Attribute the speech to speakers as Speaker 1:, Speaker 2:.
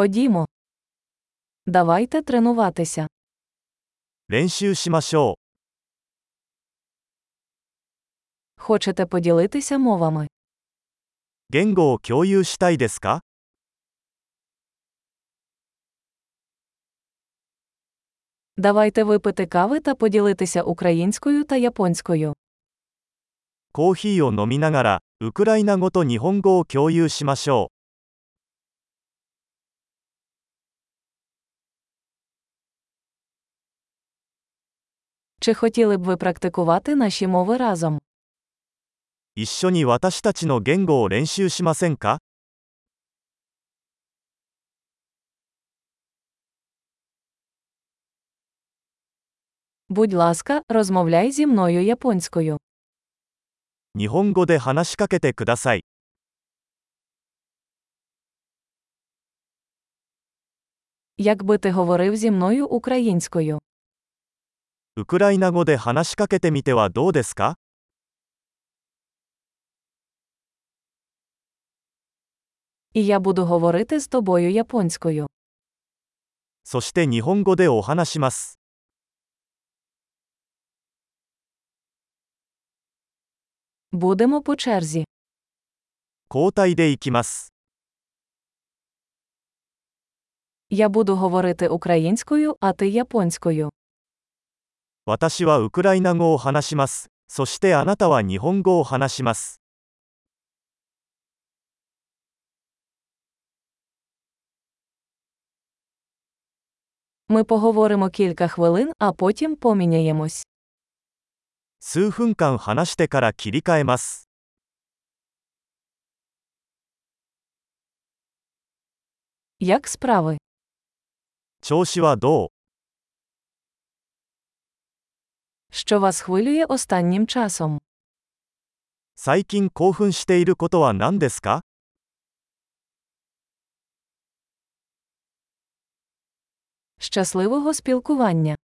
Speaker 1: Ходімо. Давайте тренуватися.
Speaker 2: 練習しましょ
Speaker 1: Хочете поділитися мовами?
Speaker 2: う。言語を共有したいですか
Speaker 1: Давайте випити кави та поділитися українською та японською.
Speaker 2: コーヒーを飲みながら、ウクライナ語と日本語を共有しましょ
Speaker 1: Чи хотіли б ви практикувати наші мови разом?
Speaker 2: う。一緒に私たちの言語を練習しませんか
Speaker 1: Будь ласка, розмовляй зі мною японською.
Speaker 2: 日本語で話しかけてください。
Speaker 1: Якби ти говорив зі мною українською.
Speaker 2: ウクライナ語で話しかけてみてはどうですか
Speaker 1: І я буду говорити з тобою японською.
Speaker 2: そして日本語でお話します。
Speaker 1: Будемо по черзі.
Speaker 2: 交代でいきます。
Speaker 1: Я буду говорити українською, а ти японською.
Speaker 2: 私はウクライナ語を話します。そしてあなたは日本語を話します。
Speaker 1: Ми поговоримо кілька хвилин, а потім поміняємось.
Speaker 2: 数分間話してから切り替えます。
Speaker 1: Як справи?
Speaker 2: 調子はどう
Speaker 1: Що вас хвилює останнім часом?
Speaker 2: 最近興奮していることは何ですか
Speaker 1: Щасливого спілкування!